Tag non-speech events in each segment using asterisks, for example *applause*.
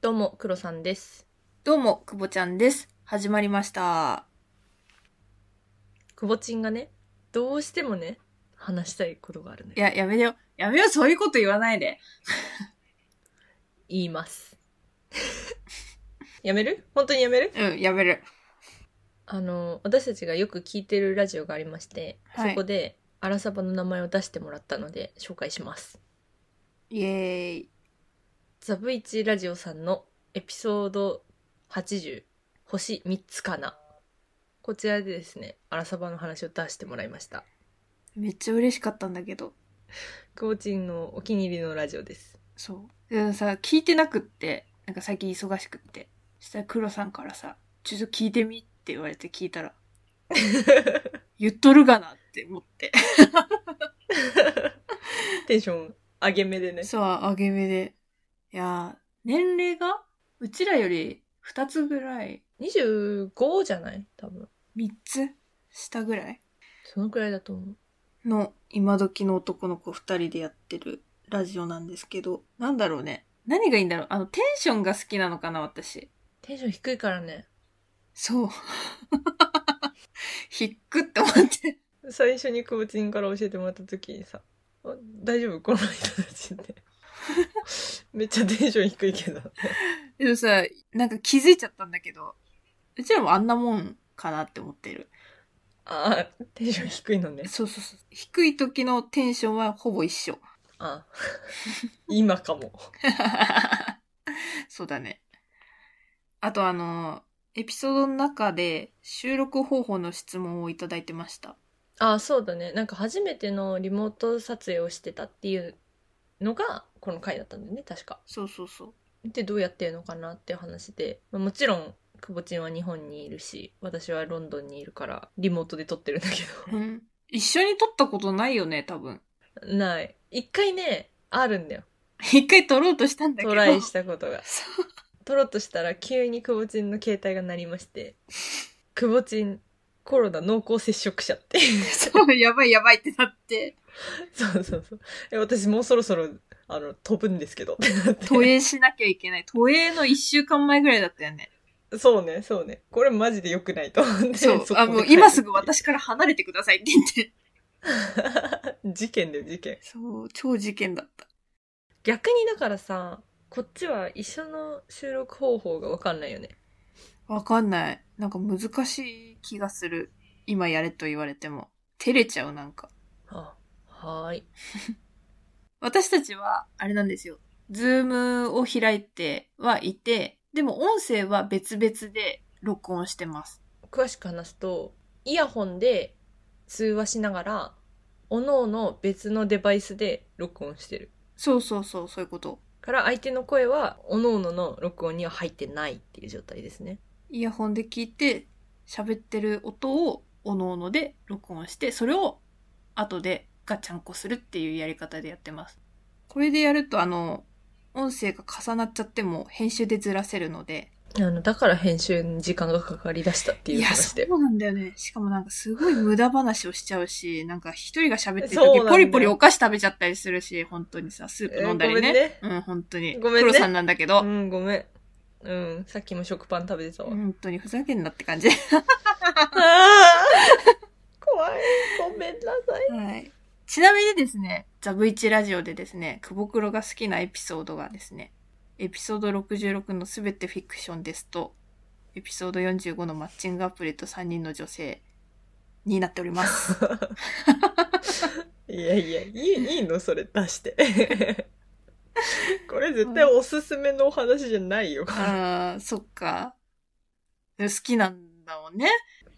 どうも、黒さんです。どうも、くぼちゃんです。始まりました。くぼちんがね、どうしてもね、話したいことがあるのいよ。や、やめよ。やめよ、そういうこと言わないで。言います。 *laughs* やめる本当にやめるうん、やめる。あの、私たちがよく聞いてるラジオがありまして、はいそこで、アラサバの名前を出してもらったので、紹介します。イエーイ。ザブイチラジオさんのエピソード80、星3つかな。こちらでですね、アラサバの話を出してもらいました。めっちゃ嬉しかったんだけど。くぼちんのお気に入りのラジオです。 *laughs* そう。でもさ、聞いてなくって、なんか最近忙しくって。そしたら黒さんからさ、ちょっと聞いてみって言われて聞いたら、言っとるがなって思って。テンション上げ目でね。 *laughs* そう、あげめで。いやー、年齢がうちらより2つぐらい、 25じゃない多分。 3つ下ぐらいそのくらいだと思う。の今時の男の子二人でやってるラジオなんですけど、なんだろうね。何がいいんだろうあの、テンションが好きなのかな、私。テンション低いからね。そう。 *laughs* ひっくって思って。最初にコーチンから教えてもらった時にさ、あ大丈夫この人たちって。 *laughs* めっちゃテンション低いけど。 *laughs* でもさ、なんか気づいちゃったんだけど、うちらもあんなもんかなって思ってる。ああ、テンション低いのね。そうそうそう。低い時のテンションはほぼ一 *laughs* 緒。ああ今かも。そうだね。あとあの、エピソードの中で収録方法の質問をいただいてました。ああ、そうだね。なんか初めてのリモート撮影をしてたっていうのが、この回だったんだよね、確か。そうそうそう。でどうやってるのかなっていう話で、まあもちろんくぼちんは日本にいるし私はロンドンにいるからリモートで撮ってるんだけうん一緒に撮ったことないよね、多分。ど *laughs* ない一回ねあるんだよ一回撮ろうとしたんだけど。トライしたことが *laughs* そう撮ろうとしたら急にくぼちんの携帯が鳴りまして「くぼちんコロナ濃厚接触者」って *laughs* *laughs* そう、やばいやばいってなって、そうそうそうえ私もうそろそろあの飛ぶんですけど *laughs* ってなって都営しなきゃいけない。都営の一週間前ぐらいだったよね。そうねそうねこれマジで良くないと思って *laughs* そう。速攻あ、でもう帰る今すぐ私から離れてくださいって言って。 *laughs* 事件だよ事件そう、超事件だった。逆にだからさこっちは一緒の収録方法が分かんないよねわかんない。なんか難しい気がする。今やれと言われても。照れちゃう、なんか。あはーい私たちは、あれなんですよ。ズームを開いてはいて、でも音声は別々で録音してます。詳しく話すとイヤホンで通話しながらおのおの別のデバイスで録音してるそうそうそう、そういうこと。から相手の声はおのおのの録音には入ってないっていう状態ですねイヤホンで聞いて、喋ってる音を、おのおので録音して、それを、後でガチャンコするっていうやり方でやってます。これでやると、あの、音声が重なっちゃっても、編集でずらせるので。あのだから編集に時間がかかりだしたっていうや、話そでうなんだよね。しかもなんか、すごい無駄話をしちゃうし、なんか、一人が喋ってるそうなんだ時よ、ポリポリお菓子食べちゃったりするし、本当にさ、スープ飲んだりね。えーごうん、本当に。ごめんね黒さんなんだけど、うんごめんうんさっきも食パン食べてたわ、本当にふざけんなって感じ。あー *laughs* 怖いごめんなさいはい。ちなみにですね、ザブイチラジオでですね、久保黒が好きなエピソードがですね、エピソード66のすべてフィクションですと、エピソード45のマッチングアプリと3人の女性になっており *laughs* ます。いやいや、いい、いいのそれ出して。 *laughs* これ絶対おすすめのお話じゃないよ。あー、そっか。好きなんだもんね。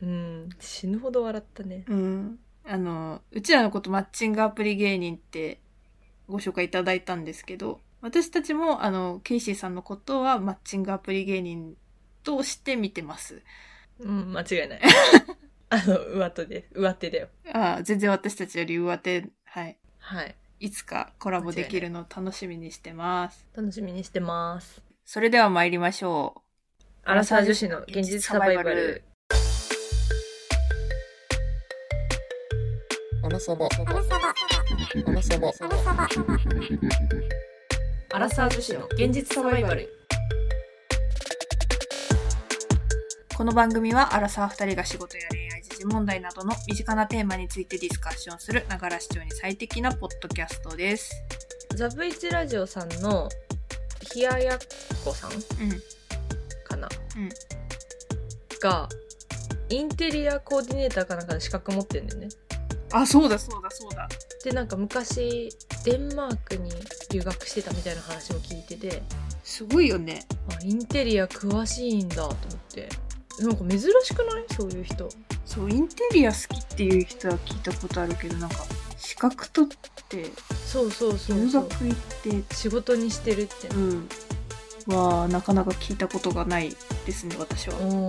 うん、死ぬほど笑ったね。うん。あの、うちらのことマッチングアプリ芸人ってご紹介いただいたんですけど、私たちもあの、ケイシーさんのことはマッチングアプリ芸人として見てます。うん、間違い *laughs* ない。あの、上手で、上手だよ。ああ、全然私たちより上手、はい。はい。いつかコラボできるのを楽しみにしてます。楽しみにしてます。それでは参りましょアラサー女子の現実サバイバル。アラサバ。アラサバ。アラサバ。アラサー女子の現実サバイバル。この番組はアラサー2人が仕事や恋愛時事問題などの身近なテーマについてディスカッションするながら視聴に最適なポッドキャストです。ザブイチラジオさんのひややっこさんうん。かな、うんがインテリアコーディネーターかなんかの資格持ってんだよねあ、そうだそうだそうだ。でなんか昔デンマークに留学してたみたいな話も聞いててすごいよね。あインテリア詳しいんだと思ってなんか珍しくないそういう人そう、インテリア好きっていう人は聞いたことあるけど、なんか、資格取って、そうそうそう留そう学行って、仕事にしてるってうん。は、なかなか聞いたことがないですね、私は。うん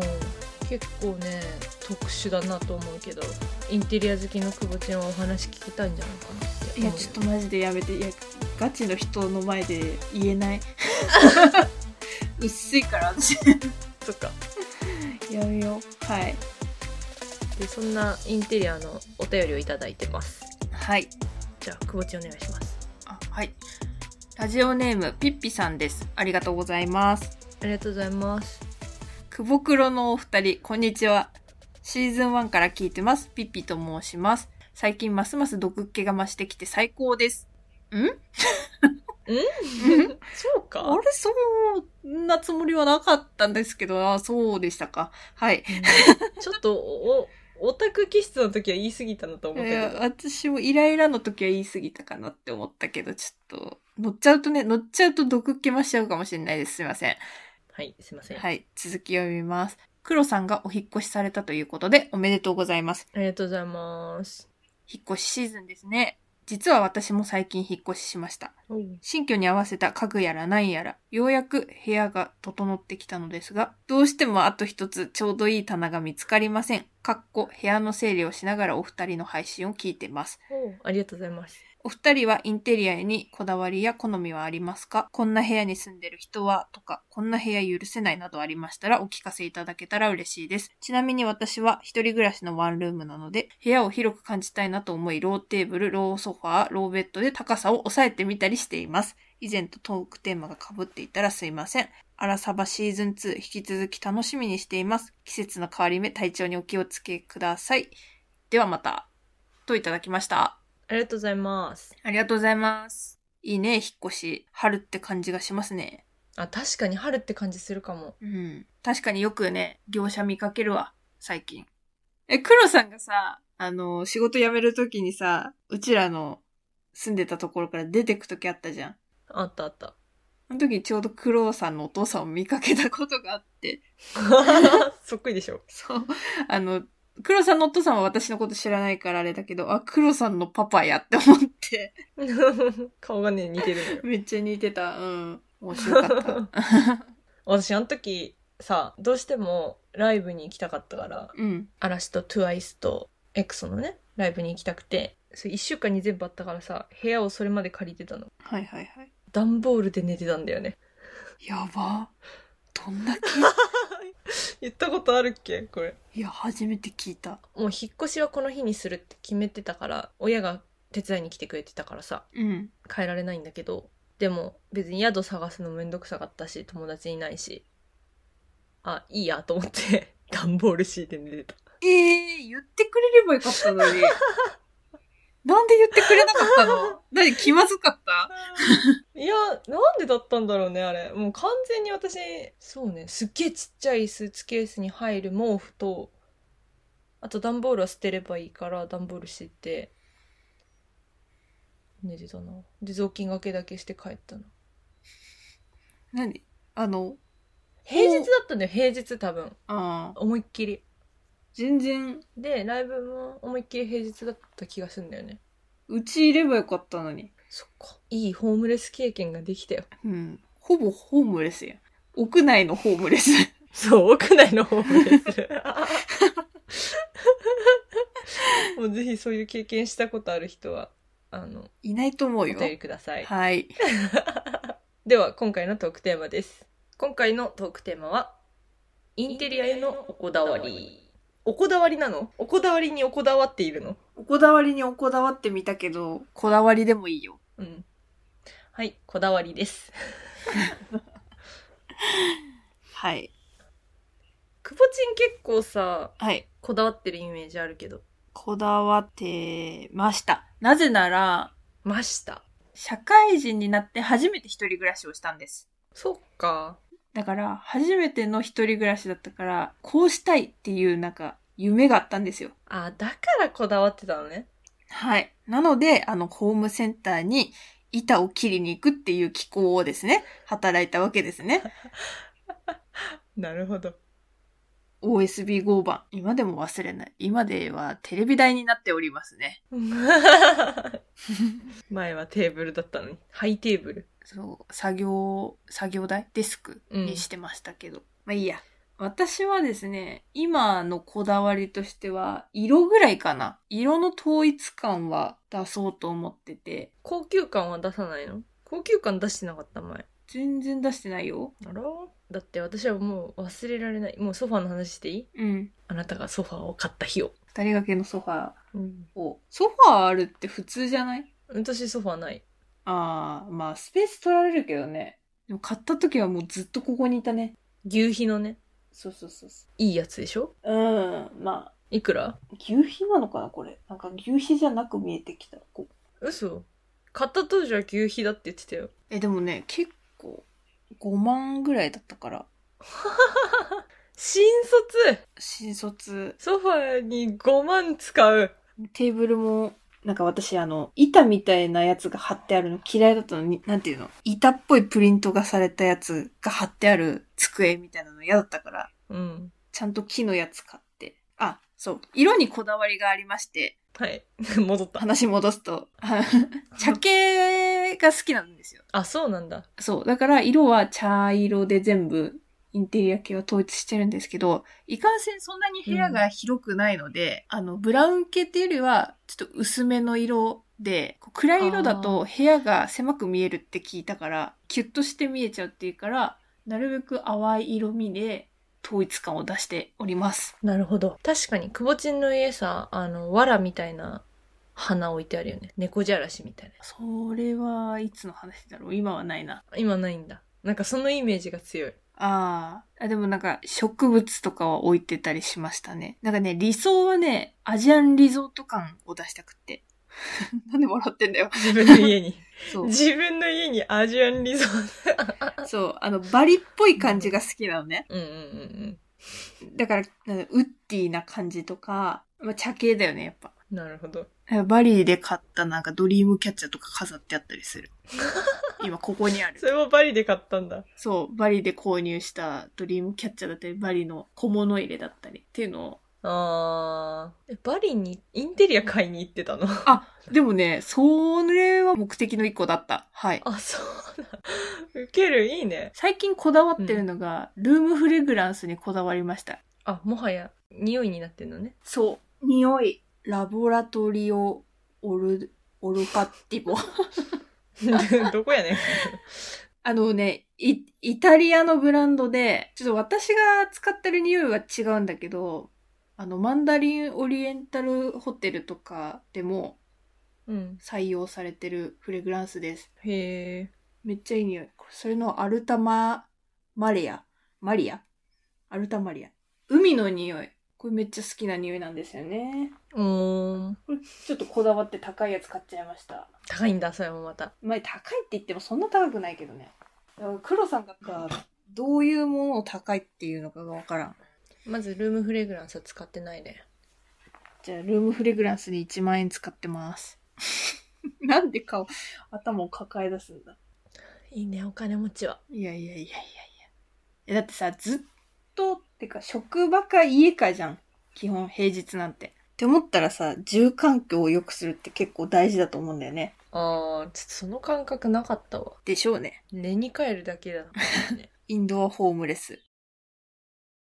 結構ね特殊だなと思うけどインテリア好きの久保ちゃんはお話聞きたいんじゃないかなっていや、ちょっとマジでやめて。いや、ガチの人の前で言えない。 *laughs* 薄いから、私。とかやめよう。はい。でそんなインテリアのお便りをいただいてますはい。じゃあ久保ちゃんお願いしますあ、はい。ラジオネーム、ピッピさんです。ありがとうございます。ありがとうございますくぼくろのお二人、こんにちは。シーズン1から聞いてます。ピッピと申します。最近ますます毒っ気が増してきて最高です。んうんそうかあれ、そんなつもりはなかったんですけど、あそうでしたか。はい。うんちょっとおオタク気質の時は言い過ぎたなと思っいたけやど私もイライラの時は言い過ぎたかなって思ったけど、ちょっと、乗っちゃうとね、乗っちゃうと毒っ気増しちゃうかもしれないです。すいません。はいすいません、はい、続き読みます。黒さんがお引っ越しされたということで、おめでとうございます。ありがとうございます引っ越しシーズンですね。実は私も最近引っ越ししました。新居に合わせた家具やら何やら、ようやく部屋が整ってきたのですが、どうしてもあと一つちょうどいい棚が見つかりません。かっこ部屋の整理をしながらお二人の配信を聞いてます。おありがとうございますお二人はインテリアにこだわりや好みはありますかこんな部屋に住んでる人はとか、こんな部屋許せないなどありましたらお聞かせいただけたら嬉しいです。ちなみに私は一人暮らしのワンルームなので、部屋を広く感じたいなと思い、ローテーブル、ローソファー、ローベッドで高さを抑えてみたりしています。以前とトークテーマが被っていたらすいません。アラサバシーズン2引き続き楽しみにしています。季節の変わり目、体調にお気をつけください。ではまた。といただきました。ありがとうございますありがとうございます。いいね、引っ越し。春って感じがしますね。あ確かに春って感じするかもうん。確かによくね、業者見かけるわ、最近。え、黒さんがさ、あの、仕事辞めるときにさ、うちらの住んでたところから出てくときあったじゃん。あったあ *laughs* ったあの時ちょうど黒さんのお父さんを見かけたことがあって、そっくりでしょそう、あの、黒さんのお父さんは私のこと知らないからあれだけど、あ、黒さんのパパやって思って、顔がね似てるのよめっちゃ似てた。うん。面白かった。私あの時さどうしてもライブに行きたかったからうん。嵐と TWICE と EXO のねライブに行きたくてそれ1週間に全部あったからさ部屋をそれまで借りてたのはいはいはい。段ボールで寝てたんだよ *laughs* ねやば。どんだ *laughs* け言ったことあるっけこれいや、初めて聞いた。もう引っ越しはこの日にするって決めてたから親が手伝いに来てくれてたからさうん。変えられないんだけどでも別に宿探すのめんどくさかったし友達いないしあいいやと思って *laughs* 段ボール敷いて寝てたええ言ってくれればよかったの *laughs* に。なんで言ってくれなかったの何気まずかったいや、なんでだったんだろうね、あれ。もう完全に私、そうね、すっげえちっちゃいスーツケースに入る毛布と、あと段ボールは捨てればいいから段ボールしてて、寝てたな。で、雑巾掛けだけして帰ったの。何あの、平日だったんだよ、平日多分。ああ、思いっきり。全然、で、ライブも思いっきり平日だった気がするんだよね。うちいればよかったのに。そっか。いいホームレス経験ができたよ。うん。ほぼホームレスやん。屋内のホームレス。そう、屋内のホームレ *laughs* ス。もうぜひそういう経験したことある人は、あの、 *laughs* いないと思うおよ。便りください。はい。では、今回のトークテーマです。今回のトークテーマは、インテリアへのおこだわり。おこだわりなのおこだわりにおこだわっているのおこだわりにおこだわってみたけど、こだわりでもいいよ。うん。はい、こだわりです。はい。くぼちん結構さ、はい。こだわってるイメージあるけど。こだわってました。なぜなら、ました。社会人になって初めて一人暮らしをしたんです。そっか。だから、初めての一人暮らしだったから、こうしたいっていうなんか、夢があったんですよ。あ、だからこだわってたのね。はい。なので、あの、ホームセンターに板を切りに行くっていう機構をですね、働いたわけですね。なるほど。 OSB 合板。今でも忘れない。今ではテレビ台になっておりますね。 *laughs* 前はテーブルだったのに。ハイテーブル。そう、作業、作業台デスクうんにしてましたけど。まあいいや。私はですね、今のこだわりとしては、色ぐらいかな。色の統一感は出そうと思ってて、高級感は出さないの高級感出してなかった前。全然出してないよ。あらだって私はもう忘れられない。もうソファーの話していいうん。あなたがソファーを買った日を。二人掛けのソファうん。ーを。ソファーあるって普通じゃない私ソファーない。ああ、まあスペース取られるけどね。でも買った時はもうずっとここにいたね。牛皮のね、そうそうそうそいいやつでしょう。うん、まあ、いくら牛皮なのかなこれ。なんか牛皮じゃなく見えてきた。こ嘘買った当時は牛皮だって言ってたよ。え、でもね、結構、5万ぐらいだったから、新卒新卒、ソファーに5万使う。テーブルも、なんか私あの、板みたいなやつが貼ってあるの嫌いだったのに、なんていうの板っぽいプリントがされたやつが貼ってある机みたいなの嫌だったから、うん。ちゃんと木のやつ買って。あ、そう。色にこだわりがありまして、はい。 *laughs* 戻った。話戻すと、 *laughs* 茶系が好きなんですよ。あ、そうなんだ。そう。だから色は茶色で全部インテリア系は統一してるんですけど、いかんせんそんなに部屋が広くないので、あの、ブラウン系っていうよりは、ちょっと薄めの色で、こう暗い色だと部屋が狭く見えるって聞いたから、キュッとして見えちゃうっていうから、なるべく淡い色味で統一感を出しております。なるほど。確かに、くぼちんの家さ、あの、藁みたいな花置いてあるよね。猫じゃらしみたいそれはいつの話だろう今はないな。な。今ないんだ。なんかそのイメージが強い。あーあ、でもなんか植物とかは置いてたりしましたね。なんかね、理想はね、アジアンリゾート感を出したくって。 *laughs* なんで笑ってんだよ。自分の家 *laughs* に。そう。自分の家にアジアンリゾート。そう。あの、バリっぽい感じが好きなのね。 *laughs* うんうんうんだから、なんかウッディな感じとか、まあ、茶系だよね、やっぱ。うん。なるほど。バリで買ったなんかドリームキャッチャーとか飾ってあったりす *laughs* る。今ここにあるそ。れもバリで買ったんだ。そう、バリで購入したドリームキャッチャーだったり、バリの小物入れだったりっていうのをあー。えバリにインテリア買いに行ってたのあ、でもね、それは目的の一個だった。はい。あ、そうだ。ウケる、いいね。最近こだわってるのが、ルームフレグランスにこだわりました。あ、もはや、匂いになってんのね。そう。匂い。ラボラトリオ、オル、オルパッティ *laughs* ボ。*laughs* どこやねん。あのね、イ、イタリアのブランドで、ちょっと私が使ってる匂いは違うんだけど、あの、マンダリンオリエンタルホテルとかでもうん。採用されてるフレグランスです。へー。めっちゃいい匂い。これそれのアルタマ、マリア。マリアアルタマリア。海の匂い。これめっちゃ好きな匂いなんですよね。うーん。これちょっとこだわって高いやつ買っちゃいました。高いんだ、それもまた。まあ高いって言ってもそんな高くないけどね。だから黒さんがどういうものを高いっていうのかがわからん。まずルームフレグランスは使ってないね。じゃあルームフレグランスに1万円使ってます。 *laughs* なんで顔、頭を抱え出すんだ。いいね、お金持ちは。いやいやいやいやいやえ。だってさ、ずっと、ってか、職場か家かじゃん。基本、平日なんて。って思ったらさ、住環境を良くするって結構大事だと思うんだよね。あー、ちょっとその感覚なかったわ。でしょうね。寝に帰るだけだからね。インドアホームレス。 *laughs*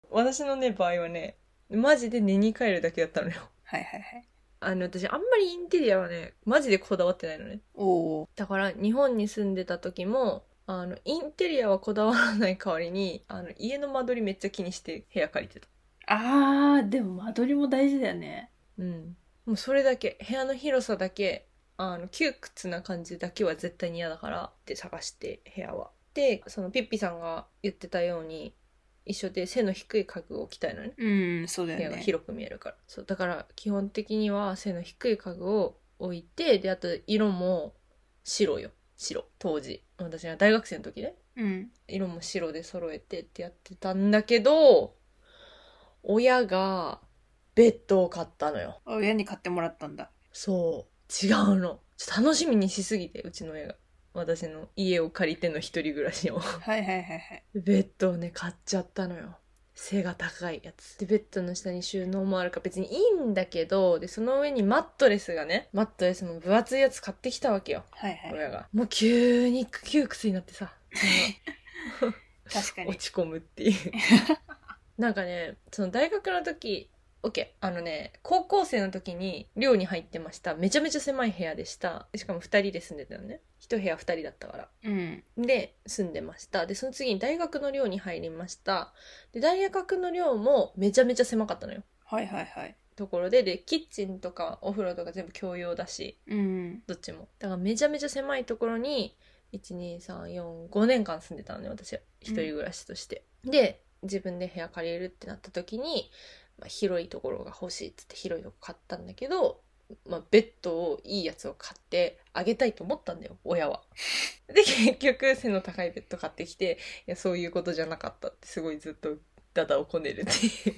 私のね、場合はね、マジで寝に帰るだけだったのよ。 *laughs* はいはいはい。あの、私あんまりインテリアはね、マジでこだわってないのね。おー。だから日本に住んでた時もあのインテリアはこだわらない代わりにあの家の間取りめっちゃ気にして部屋借りてたあー、でも間取りも大事だよね。うんもうそれだけ部屋の広さだけあの窮屈な感じだけは絶対に嫌だからって探して部屋はでそのピッピさんが言ってたように一緒で背の低い家具を置きたいのねうん、そうだ部屋よがね。広く見えるからそうだから基本的には背の低い家具を置いてであと色も白よ白当時私が大学生の時ねうん。色も白で揃えてってやってたんだけど親がベッドを買ったのよあ親に買ってもらったんだ。そう違うのちょっと楽しみにしすぎてうちの親が私の家を借りての一人暮らしを *laughs* はいはいはいはい。ベッドをね買っちゃったのよ背が高いやつでベッドの下に収納もあるから別にいいんだけどでその上にマットレスがねマットレスも分厚いやつ買ってきたわけよはいはい。親がもう急に窮屈になってさ確か落に。ち込む *laughs* っていうなんかねその大学の時 OK あのね高校生の時に寮に入ってましためちゃめちゃ狭い部屋でしたしかも2人で住んでたよね1部屋2人だったからうん。で住んでましたでその次に大学の寮に入りましたで大学の寮もめちゃめちゃ狭かったのよはいはいはい。ところででキッチンとかお風呂とか全部共用だしうん。どっちもだからめちゃめちゃ狭いところに12345年間住んでたのね私は一人暮らしとして、で自分で部屋借りるってなった時に、まあ、広いところが欲しいっつって広いとこ買ったんだけど、まあ、ベッドをいいやつを買ってあげたいと思ったんだよ親 *laughs* はで結局背の高いベッド買ってきていやそういうことじゃなかったってすごいずっとダダをこねるっていう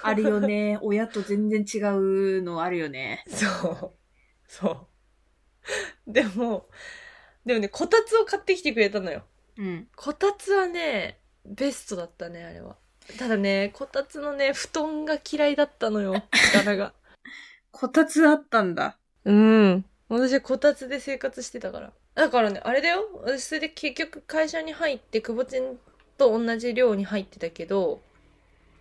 *laughs* あるよね。親と全然違うのあるよね。そう。そう。でも、でもね、こたつを買ってきてくれたのよ。うん。こたつはね、ベストだったね、あれは。ただね、こたつのね、布団が嫌いだったのよ、柄が。こたつあったんだ。 *laughs* うん。私はこたつで生活してたから。だからね、あれだよ。私それで結局会社に入って、くぼちんと同じ寮に入ってたけど、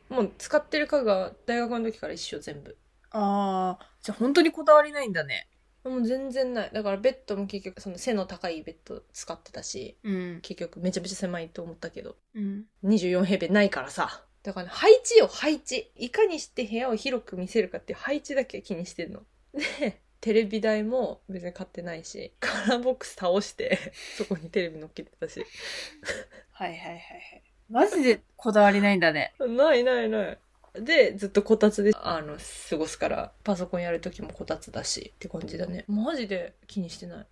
もう使ってる家具は大学の時から一緒全部。ああ、じゃあ本当にこだわりないんだね。もう全然ない。だからベッドも結局その背の高いベッド使ってたし、うん。結局めちゃめちゃ狭いと思ったけど、うん。 24平米ないからさ。だから、ね、配置よ、配置。いかにして部屋を広く見せるかっていう配置だけ気にしてんの。で、テレビ台も別に買ってないし、カラーボックス倒して、そこにテレビ乗っけてたし。はいはいはいはい。マジでこだわりないんだね。ないないない。で、ずっとこたつで、あの、過ごすから、パソコンやるときもこたつだし、って感じだね。マジで気にしてない。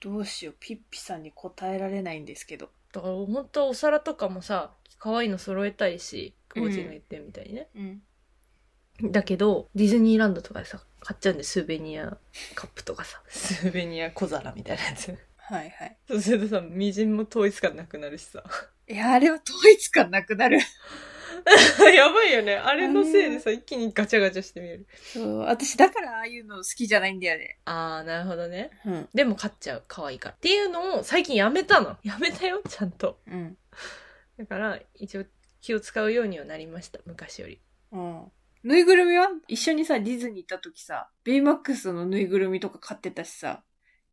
どうしよう、ピッピさんに答えられないんですけど。だから本当はお皿とかもさ可愛いの揃えたいし久保ちんが言ってるみたいにね、うん。だけどディズニーランドとかでさ買っちゃうんでスーベニアカップとかさスーベニア小皿みたいなやつはいはい。そうするとさみじんも統一感なくなるしさいや、あれは統一感なくなる。 *laughs* やばいよねあれのせいでさ一気にガチャガチャして見えるそう、私だからああいうの好きじゃないんだよね。ああなるほどねうん。でも買っちゃう可愛いからっていうのを最近やめたのやめたよちゃんとうん。だから一応気を使うようにはなりました昔よりうん。ぬいぐるみは一緒にさ、ディズニー行った時さ、ベイマックスのぬいぐるみとか買ってたしさ、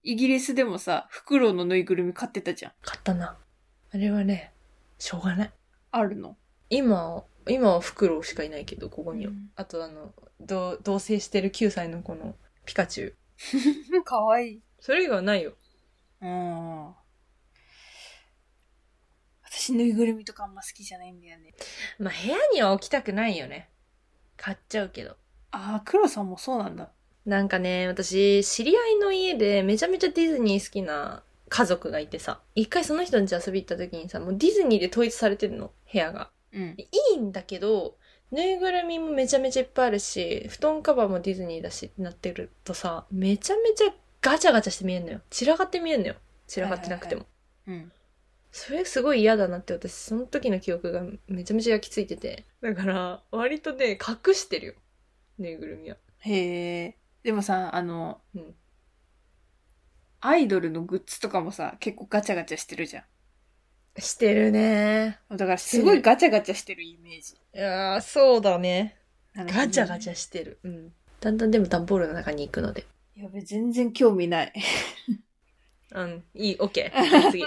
イギリスでもさ、フクロウのぬいぐるみ買ってたじゃん。買ったなあれはねしょうがないあるの今今はフクロウしかいないけどここには、 *laughs* うんあとあの同同棲してる9歳の子のピカチュウかわいい。それ以外はないようん。私、ぬいぐるみとかあんま好きじゃないんだよね。まあ部屋には置きたくないよね買っちゃうけどああ、黒さんもそうなんだ。なんかね私知り合いの家でめちゃめちゃディズニー好きな家族がいてさ一回その人ん家遊び行った時にさもうディズニーで統一されてるの部屋がうん。いいんだけどぬいぐるみもめちゃめちゃいっぱいあるし布団カバーもディズニーだしってなってるとさめちゃめちゃガチャガチャして見えんのよ散らかって見えんのよ散らかってなくても、うん。それすごい嫌だなって私その時の記憶がめちゃめちゃ焼き付いててだから割とね隠してるよぬいぐるみはへえ。でもさ、あの、うんアイドルのグッズとかもさ、結構ガチャガチャしてるじゃしてるねん。だからすごいガチャガチャしてるイメージ。いやーそうだねなるほどねガチャガチャしてるうんだんだんでも段ボールの中に行くのでやべ、全然興味ない。 *laughs* うん、いい、オッ *laughs* ケー。次。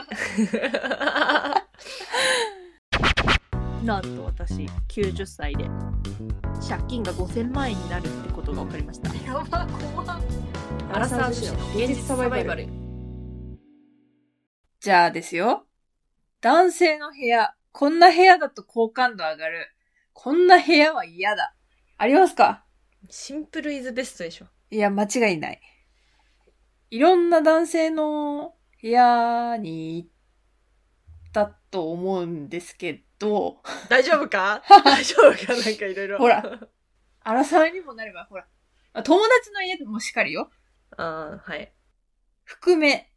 なんと私、90歳で、借金が5000万円になるってことが分かりました。やば、怖アラサー女子の現実サバイバル。じゃあですよ。男性の部屋、こんな部屋だと好感度上がる。こんな部屋は嫌だ。ありますかシンプルイズベストでしょ。いや、間違いない。いろんな男性の部屋に行ったと思うんですけど、大丈夫 *laughs* か大丈夫かなんかいろいろ。ほら。荒沢にもなれば、ほら、あ友達の家もしかりよ。あーはい。含め、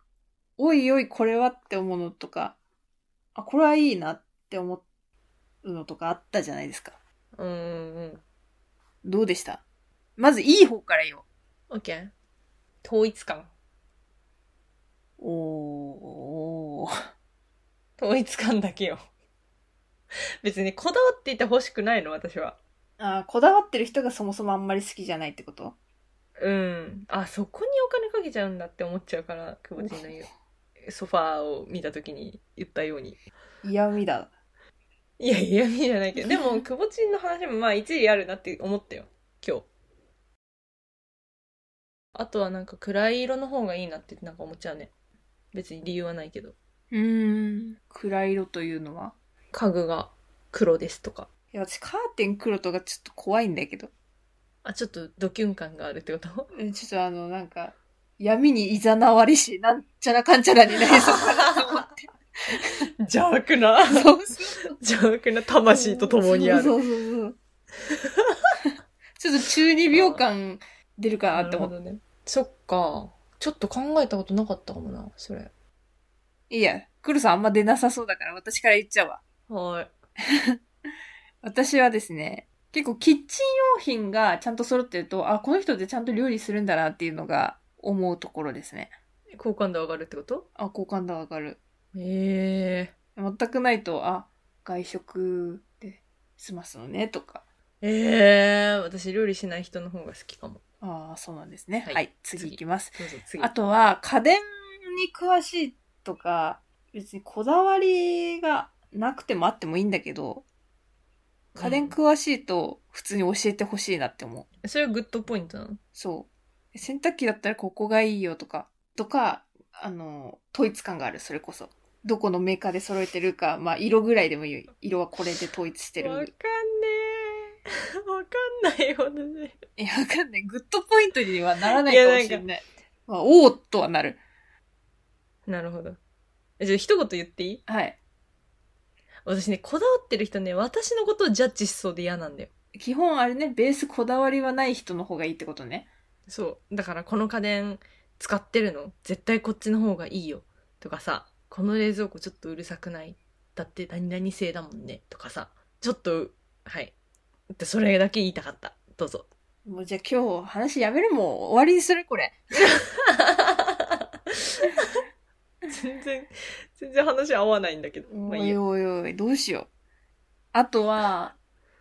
おいおい、これはって思うのとか、あ、これはいいなって思うのとかあったじゃないですか。うんうんどうでしたまず、いい方から言おう。うん。OK。統一感。おー。統一感だけよ。別にこだわっていてほしくないの、私は。あーこだわってる人がそもそもあんまり好きじゃないってことうん。あ、そこにお金かけちゃうんだって思っちゃうから、久保ちんの言う。ソファーを見たときに言ったように。嫌味だ。いや、嫌味じゃない *laughs* けど。でも、久保ちんの話もまあ一理あるなって思ったよ。今日。あとはなんか暗い色の方がいいなってなんか思っちゃうね。別に理由はないけど。うーん。暗い色というのは家具が黒ですとか。いや、私カーテン黒とかちょっと怖いんだけど。あ、ちょっとドキュン感があるってこと *laughs* えちょっとあの、なんか、闇にいざなわれし、なんちゃらかんちゃらに *laughs* なりそうだなと思って。邪悪な。そうそう。 *laughs* 邪悪な魂と共にある。そうそうそうそう。 *laughs* ちょっと中二病感出るかなって思って。どね。そっか。ちょっと考えたことなかったかもな、それ。いいや、クルさんあんま出なさそうだから私から言っちゃうわ。はい。私はですね、結構キッチン用品がちゃんと揃ってると、あ、この人ってちゃんと料理するんだなっていうのが思うところですね。好感度上がるってことあ、好感度上がる。え全くないと、あ、外食で済ますのね、とか。えええ私料理しない人の方が好きかも。ああ、そうなんですね。は、はいい次次行きます。どうぞ次。あとは、家電に詳しいとか、別にこだわりがなくてもあってもいいんだけど、家電詳しいと普通に教えてほしいなって思う。それはグッドポイントなのそう。洗濯機だったらここがいいよとか、とか、あの、統一感がある、それこそ。どこのメーカーで揃えてるか、まあ、色ぐらいでもいいよ。色はこれで統一してわかんるね。え。わかんないよ、いや、わかんない。グッドポイントにはならないかもしれない。まあ、おーっとはなる。私。なるほど。えじゃあ一言言っていいはい。私ね、こだわってる人ね、私のことをジャッジしそうで嫌なんだよ。基本あれね、ベースこだわりはない人の方がいいってことね。そう。だからこの家電使ってるの絶対こっちの方がいいよ。とかさ、この冷蔵庫ちょっとうるさくないだって何々製だもんね。とかさ、ちょっと、はい。で、それだけ言いたかった。どうぞ。もうじゃあ今日話やめるもん。終わりにするこれ。全然、全然話合わないんだけど。まおあいいいよ。おいおい、どうしよう。あとは、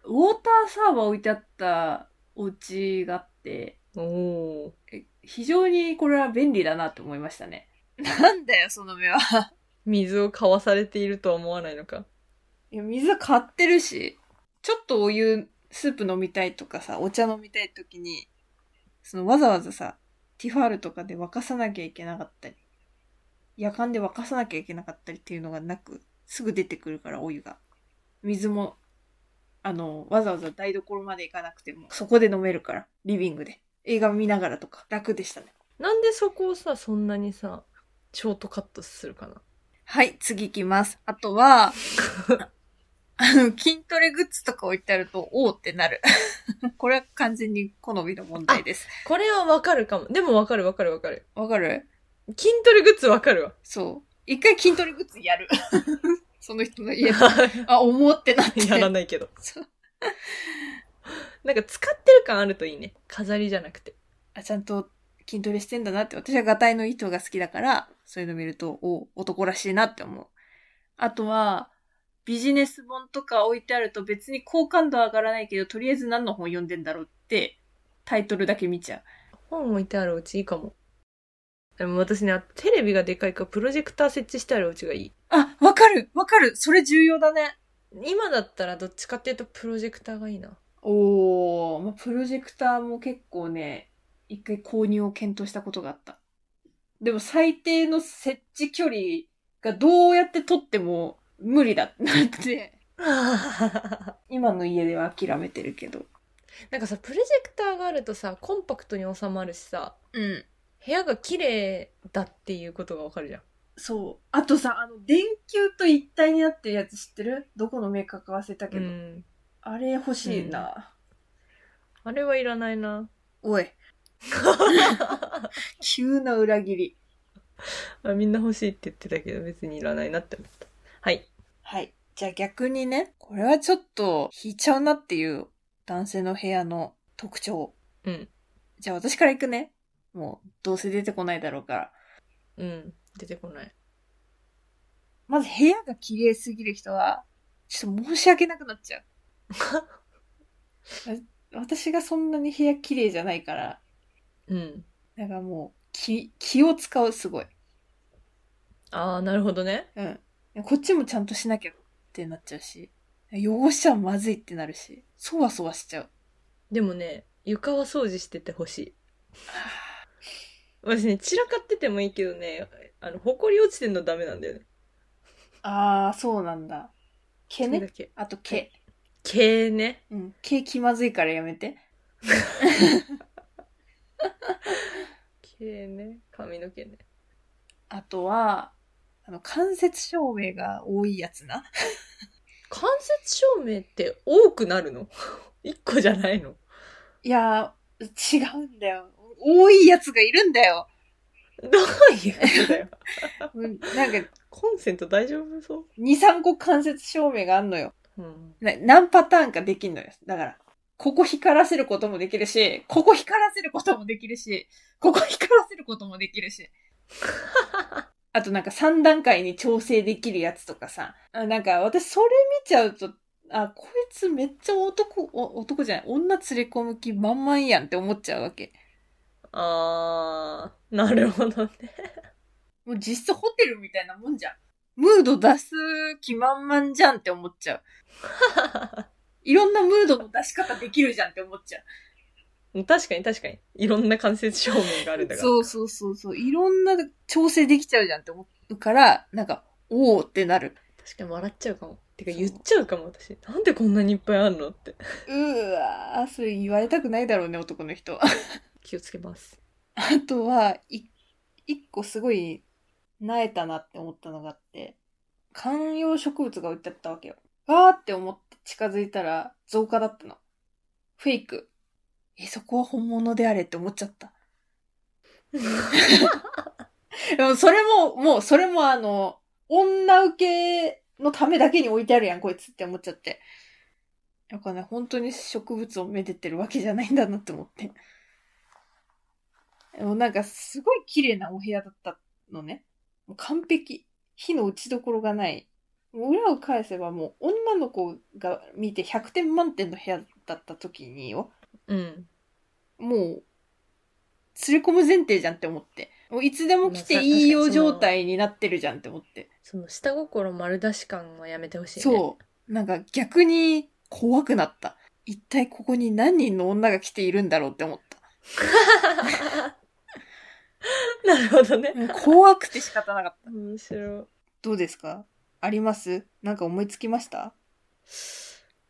ウォーターサーバー置いてあったお家があって、おおえ非常にこれは便利だなと思いましたね。なんだよ、その目は。水を買わされているとは思わないのか。いや、水は買ってるし、ちょっとお湯、スープ飲みたいとかさ、お茶飲みたい時に、そのわざわざさ、ティファールとかで沸かさなきゃいけなかったり、夜間で沸かさなきゃいけなかったりっていうのがなく、すぐ出てくるからお湯が。水も、あの、わざわざ台所まで行かなくても、そこで飲めるから、リビングで。映画見ながらとか、楽でしたね。なんでそこをさ、そんなにさ、ショートカットするかな。はい、次行きます。あとは、あの、筋トレグッズとか置いてあると、おーってなる。 *laughs* これは完全に好みの問題です。これはわかるかも。でもわかるわかるわかる。わかる筋トレグッズわかるわ。そう。一回筋トレグッズやる。 *laughs* その人 *laughs* の家で。あ、思ってなって。やらない *laughs* けど。そうなんか使ってる感あるといいね。飾りじゃなくて。あ、ちゃんと筋トレしてんだなって。私はガタイのいい人が好きだから、そういうの見ると、お男らしいなって思う。あとは、ビジネス本とか置いてあると別に好感度は上がらないけど、とりあえず何の本読んでんだろうって、タイトルだけ見ちゃう。本置いてあるうちいいかも。でも私ね、あとテレビがでかいからプロジェクター設置してあるうちがいい。あ、わかるわかるそれ重要だね。今だったらどっちかっていうとプロジェクターがいい *laughs* な。おー、まあ、プロジェクターも結構ね、一回購入を検討したことがあった。でも最低の設置距離がどうやって取っても無理だってなって、今の家では諦めてるけど。なんかさプロジェクターがあるとさコンパクトに収まるしさうん。部屋が綺麗だっていうことがわかるじゃんそう。あとさ、あの、電球と一体になってるやつ知ってるどこのメーカーか忘れたけど。うんあれ欲しいな。あれはいらないなおい。 *laughs* 急な裏切り。あみんな欲しいって言ってたけど別にいらないなって思ったはいはい。じゃあ逆にね、これはちょっと引いちゃうなっていう男性の部屋の特徴。うん。じゃあ私から行くね。もう、どうせ出てこないだろうから。うん出てこないまず部屋が綺麗すぎる人は、ちょっと申し訳なくなっちゃう。わ私がそんなに部屋綺麗じゃないから、うんなんかもう、気、気を使うすごい。ああなるほどねうん。こっちもちゃんとしなきゃってなっちゃうし、汚しちゃまずいってなるし、そわそわしちゃう。でもね床は掃除しててほしい私ね散らかっててもいいけどねあの埃落ちてんのダメなんだよねああ、そうなんだ。毛それねだ。けあと毛。毛ねうん。毛気まずいからやめて。毛ね髪の毛ねあとは、あの、間接照明が多いやつな。間接照明って多くなるの *laughs* 一個じゃないのいやー、違うんだよ。多いやつがいるんだよ。どういうことだようんなんか、 *laughs* コンセント大丈夫そ2、3個間接照明があんのよ。う、うん、な何パターンかできんのよ。だから、ここ光らせることもできるし、ここ光らせることもできるし、ここ光らせることもできるし。あとなんか3段階に調整できるやつとかさ。あなんか私それ見ちゃうと、あ、こいつめっちゃ男、お男じゃない、女連れ込む気満々やんって思っちゃうわけ。あーなるほどね *laughs* もう実質ホテルみたいなもんじゃん。ムード出す気満々じゃんって思っちゃう。いろんなムードの出し方できるじゃんって思っちゃう。確かに確かにいろんな間接照明があるんだからそうそうそうそう。いろんな調整できちゃうじゃんって思うから、なんか、おーってなる。確かに笑っちゃうかもてかそう言っちゃうかも私なんでこんなにいっぱいあんのってうーわー、それ言われたくないだろうね、男の人は。 *laughs* 気をつけ *laughs* ますあとは、い一個すごい、なえたなって思ったのがあって、観葉植物が置いてあったわけよ。わーって思って近づいたら、増加だったの。フェイク。え、そこは本物であれって思っちゃった。でもそれも、もう、それもあの、女受けのためだけに置いてあるやん、こいつって思っちゃって。だからね、本当に植物をめでてるわけじゃないんだなって思って。でもなんか、すごい綺麗なお部屋だったのね。もう完璧。火の打ちどころがない。もう裏を返せばもう女の子が見て100点満点の部屋だった時によ。うんもう、連れ込む前提じゃんって思って。もういつでも来ていいまあよさ確かにその状態になってるじゃんって思って。その下心丸出し感はやめてほしいねそう。なんか逆に怖くなった。一体ここに何人の女が来ているんだろうって思った。 *laughs* なるほどねもう怖くて仕方なか *laughs* った。面白いどうですかありますなんか思いつきました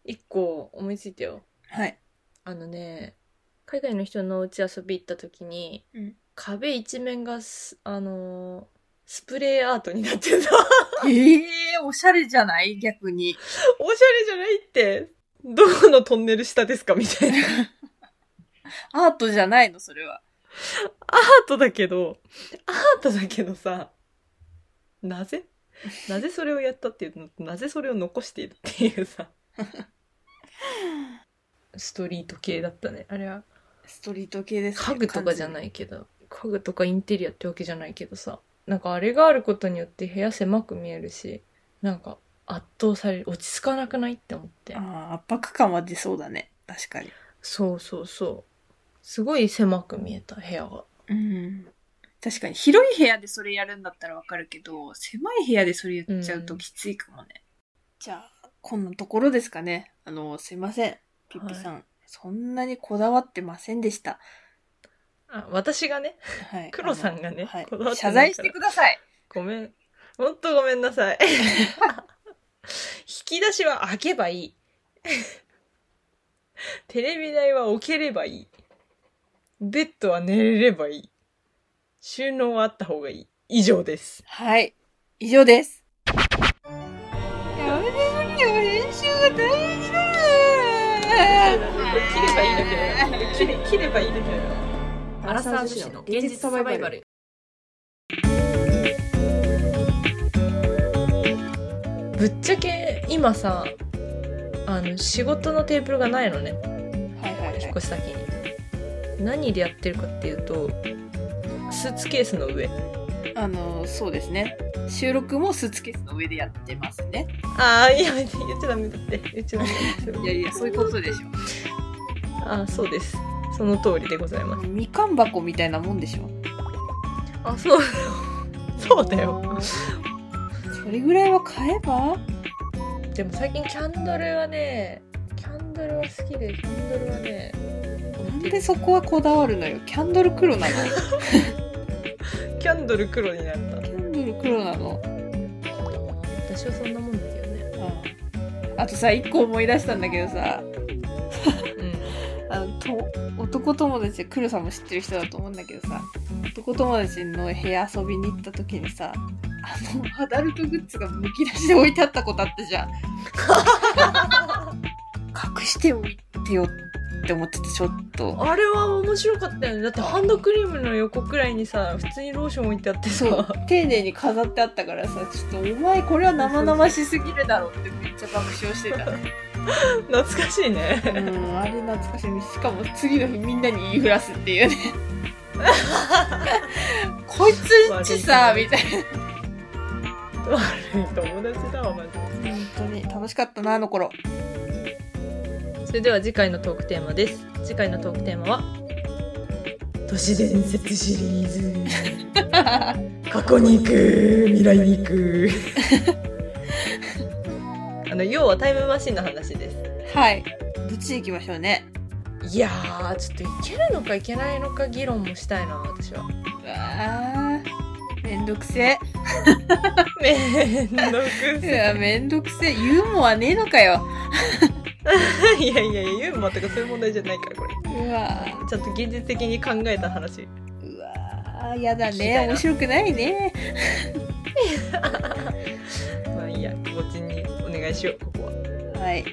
一個思いついたよ *laughs* はい。あのね海外の人のうち遊び行った時に、うん壁一面がすあのースプレーアートになってた *laughs* ええおしゃれじゃない逆に。おしゃれじゃないってどこのトンネル下ですかみたいなアートじゃないのそれは。アートだけどアートだけどさなぜなぜそれをやったっていうのとなぜそれを残しているっていう *laughs* さストリート系だったねあれはストリート系です、。家具とかじゃないいけど家具とかインテリアってわけじゃないけどさなんかあれがあることによって部屋狭く見えるしなんか圧倒される落ち着かなくないって思ってああ、圧迫感は出そうだね。確かに。そうそうそうすごい狭く見えた部屋がうん。確かに広い部屋でそれやるんだったらわかるけど、狭い部屋でそれやっちゃうときついかもね。じゃあ、こんなところですかね。あの、すいません。ピッピさん。そんなにこだわってませんでした。あ私がねはい。黒さんがあねのはいこだわってないから謝罪してください。 *laughs* ごめんほんとごめんなさい引き出しは開けばい *laughs* い。テレビ台は置ければいい。ベッドは寝れればいい。収納はあった方がいい。以上です。はい。以上です。やめてみよ、編集が大事だよこれ切ればいいだけだよ。切れ切ればいいだけだよ。アラサー女子の現実サバイバル。ぶっちゃけ今さあの仕事のテーブルがないのねはいはいはい引っ越し先に何でやってるかっていうとスーツケースの上あの、そうですね。収録もスーツケースの上でやってますね。ああいや言っちゃダメだって言っちゃダメだっいやいや、そういうことでしょ。 *laughs* ああそうですその通りでございますみかん箱みたいなもんでしょ。あそうだよ *laughs* そうだよそれぐらいは買えばでも最近キャンドルはねキャンドルは好きでキャンドルはねなんでそこはこだわるのよ。キャンドル黒なの。キャンドル黒になったキャンドル黒なの。私はそんなもんだけどねうんあとさ、一個思い出したんだけどさ、あのと男友達でクルさんも知ってる人だと思うんだけどさ男友達の部屋遊びに行った時にさあのアダルトグッズがむき出しで置いてあったことあったじゃん隠しておいてよって思っててちょっとあれは面白かったよねだってハンドクリームの横くらいにさ普通にローション置いてあってそさう丁寧に飾ってあったからさちょっとお前これは生々しすぎるだろってめっちゃ爆笑してた懐かしいね *laughs* うんあれ懐かしいしかも次の日みんなに言いふらすって *laughs* いうねこいつんちさみたいな悪い友達だわマジで本当に楽しかったなあの頃それでは次回のトークテーマです次回のトークテーマは都市伝説シリーズ過去に行く未来に行く *laughs* あの要はタイムマシンの話ですはいどっち行きましょうねいやーちょっといけるのかいけないのか議論もしたいな私はうわーめんどくせめんどくえうせわめんどくせえユーモアねえのかよえいやいやいやユーモアとかそういう問題じゃないからこれうわちゃんと現実的に考えた話ーうわーやだ聞きたねいな面白くないねまあいいやぼっちにお願いしようここははい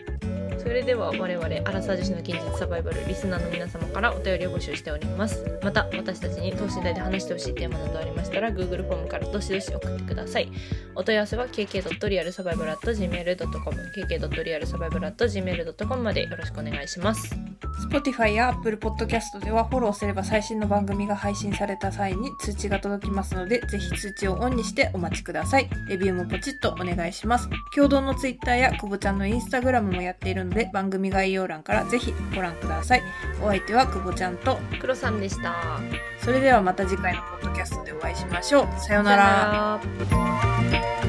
それでは我々アラサー女子の現実サバイバルリスナーの皆様からお便りを募集しておりますまた私たちに等身大で話してほしいテーマなどありましたら Google フォームからどしどし送ってくださいお問い合わせは kk.realsurvival.gmail.com kk.realsurvival.gmail.com までよろしくお願いします Spotify や Apple Podcast ではフォローすれば最新の番組が配信された際に通知が届きますので、ぜひ通知をオンにしてお待ちください。レビューもポチッとお願いします。共同の Twitter や久保ちゃんの Instagram もやっているので、番組概要欄からぜひご覧ください。お相手は久保ちゃんと、黒さんでしたそれではまた次回のポッドキャストでお会いしましょう。さようさなら。よなら